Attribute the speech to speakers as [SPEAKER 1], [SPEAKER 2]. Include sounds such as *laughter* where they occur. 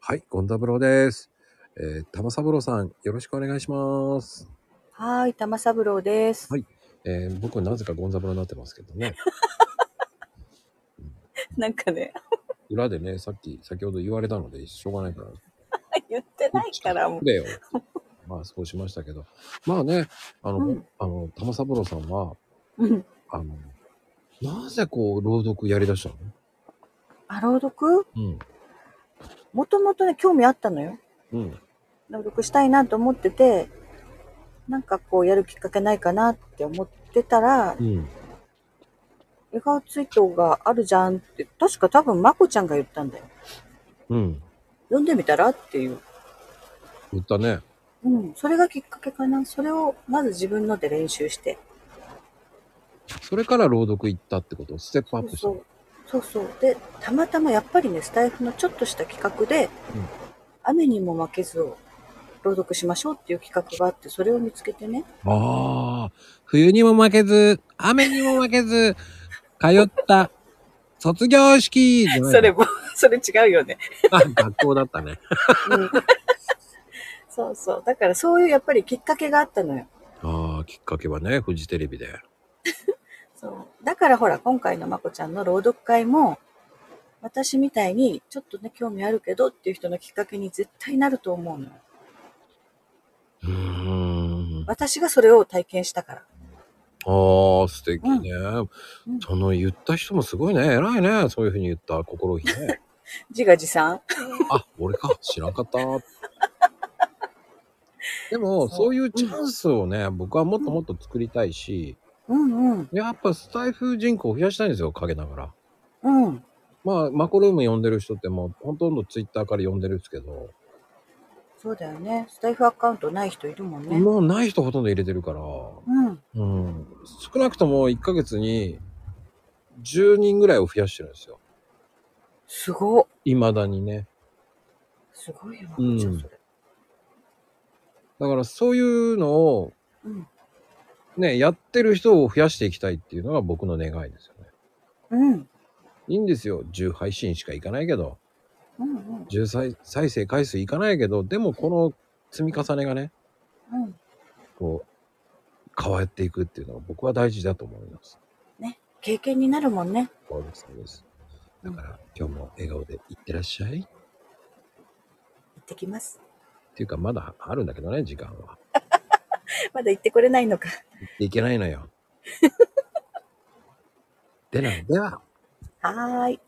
[SPEAKER 1] はい、ゴンザブロです。えー、玉三郎さん、よろしくお願いします。
[SPEAKER 2] はーい、玉三郎です。
[SPEAKER 1] はいえー、僕なぜかゴンザブロになってますけど *laughs* ね。
[SPEAKER 2] なんかね、 *laughs*
[SPEAKER 1] 裏でね、さっき、先ほど言われたので、しょうがないから。
[SPEAKER 2] 言ってないからもう。
[SPEAKER 1] だよ。まあ、そうしましたけど。まあね、あの、
[SPEAKER 2] うん
[SPEAKER 1] あの、玉三郎さんは、
[SPEAKER 2] うん。
[SPEAKER 1] あの、なぜこう、朗読やりだしたの
[SPEAKER 2] あ、朗読
[SPEAKER 1] うん。
[SPEAKER 2] もともとね、興味あったのよ。
[SPEAKER 1] うん。
[SPEAKER 2] 朗読したいなと思ってて、なんかこうやるきっかけないかなって思ってたら、
[SPEAKER 1] うん。
[SPEAKER 2] 笑顔ツイートがあるじゃんって、確か多分まこちゃんが言ったんだよ。
[SPEAKER 1] うん。
[SPEAKER 2] 読んでみたらっていう。
[SPEAKER 1] 言ったね。
[SPEAKER 2] うん、それがきっかけかな。それをまず自分ので練習して。
[SPEAKER 1] それから朗読行ったってことをステップアップした
[SPEAKER 2] そ
[SPEAKER 1] の。
[SPEAKER 2] うそうそうでたまたまやっぱりねスタイフのちょっとした企画で「
[SPEAKER 1] うん
[SPEAKER 2] 雨にも負けず」を朗読しましょうっていう企画があってそれを見つけてね
[SPEAKER 1] ああ、冬にも負けず、雨にも負けず、通った卒業式じゃないの
[SPEAKER 2] *laughs* それもそれ違うよね、
[SPEAKER 1] あ、学校だったね。
[SPEAKER 2] うん、 *laughs* そうそうだからそういうやっぱりきっかけがあったのよ
[SPEAKER 1] ああ、きっかけはね、フジテレビで。
[SPEAKER 2] そうだからほら今回のまこちゃんの朗読会も私みたいにちょっとね興味あるけどっていう人のきっかけに絶対なると思うのよ
[SPEAKER 1] うーん。あ
[SPEAKER 2] 私がそれを体験したから
[SPEAKER 1] あー、素敵ね。
[SPEAKER 2] ん
[SPEAKER 1] その言った人もすごいね。偉いね。そういうふうに言った心意気ね。
[SPEAKER 2] 自画自賛 *laughs*
[SPEAKER 1] あ、俺か。知らんかった。でも、
[SPEAKER 2] そう
[SPEAKER 1] そういうチャンスをね、僕はもっともっと作りたいし、
[SPEAKER 2] うんうん
[SPEAKER 1] やっぱスタイフ人口を増やしたいんですよ、陰ながら。
[SPEAKER 2] うん
[SPEAKER 1] まあ、マコルーム呼んでる人ってもうほとんどツイッターから呼んでるんですけど、
[SPEAKER 2] そうだよね。スタイフアカウントない人いるもんね。
[SPEAKER 1] もうない人ほとんど入れてるから、
[SPEAKER 2] うん。
[SPEAKER 1] うん、少なくとも1ヶ月に10人ぐらいを増やしてるんですよ。
[SPEAKER 2] すごっ。
[SPEAKER 1] 未だにね。
[SPEAKER 2] すごいよな、
[SPEAKER 1] うん
[SPEAKER 2] じゃあそれ。
[SPEAKER 1] だからそういうのを
[SPEAKER 2] うん。
[SPEAKER 1] ね、やってる人を増やしていきたいっていうのが僕の願いですよね。
[SPEAKER 2] うん。
[SPEAKER 1] いいんですよ。10配信しかいかないけど、
[SPEAKER 2] うんうん。
[SPEAKER 1] 10再再生回数いかないけど、でもこの積み重ねがね、
[SPEAKER 2] うん。
[SPEAKER 1] こう、変わっていくっていうのが僕は大事だと思います。
[SPEAKER 2] 経験になるもんね。
[SPEAKER 1] そうです、そうです。だから、今日も笑顔でいってらっしゃい。っ
[SPEAKER 2] 行ってきます。
[SPEAKER 1] ていうか、まだあるんだけどね、時間は。
[SPEAKER 2] まだ行ってこれないのか。
[SPEAKER 1] いけないのよ。でな、では、
[SPEAKER 2] はーい。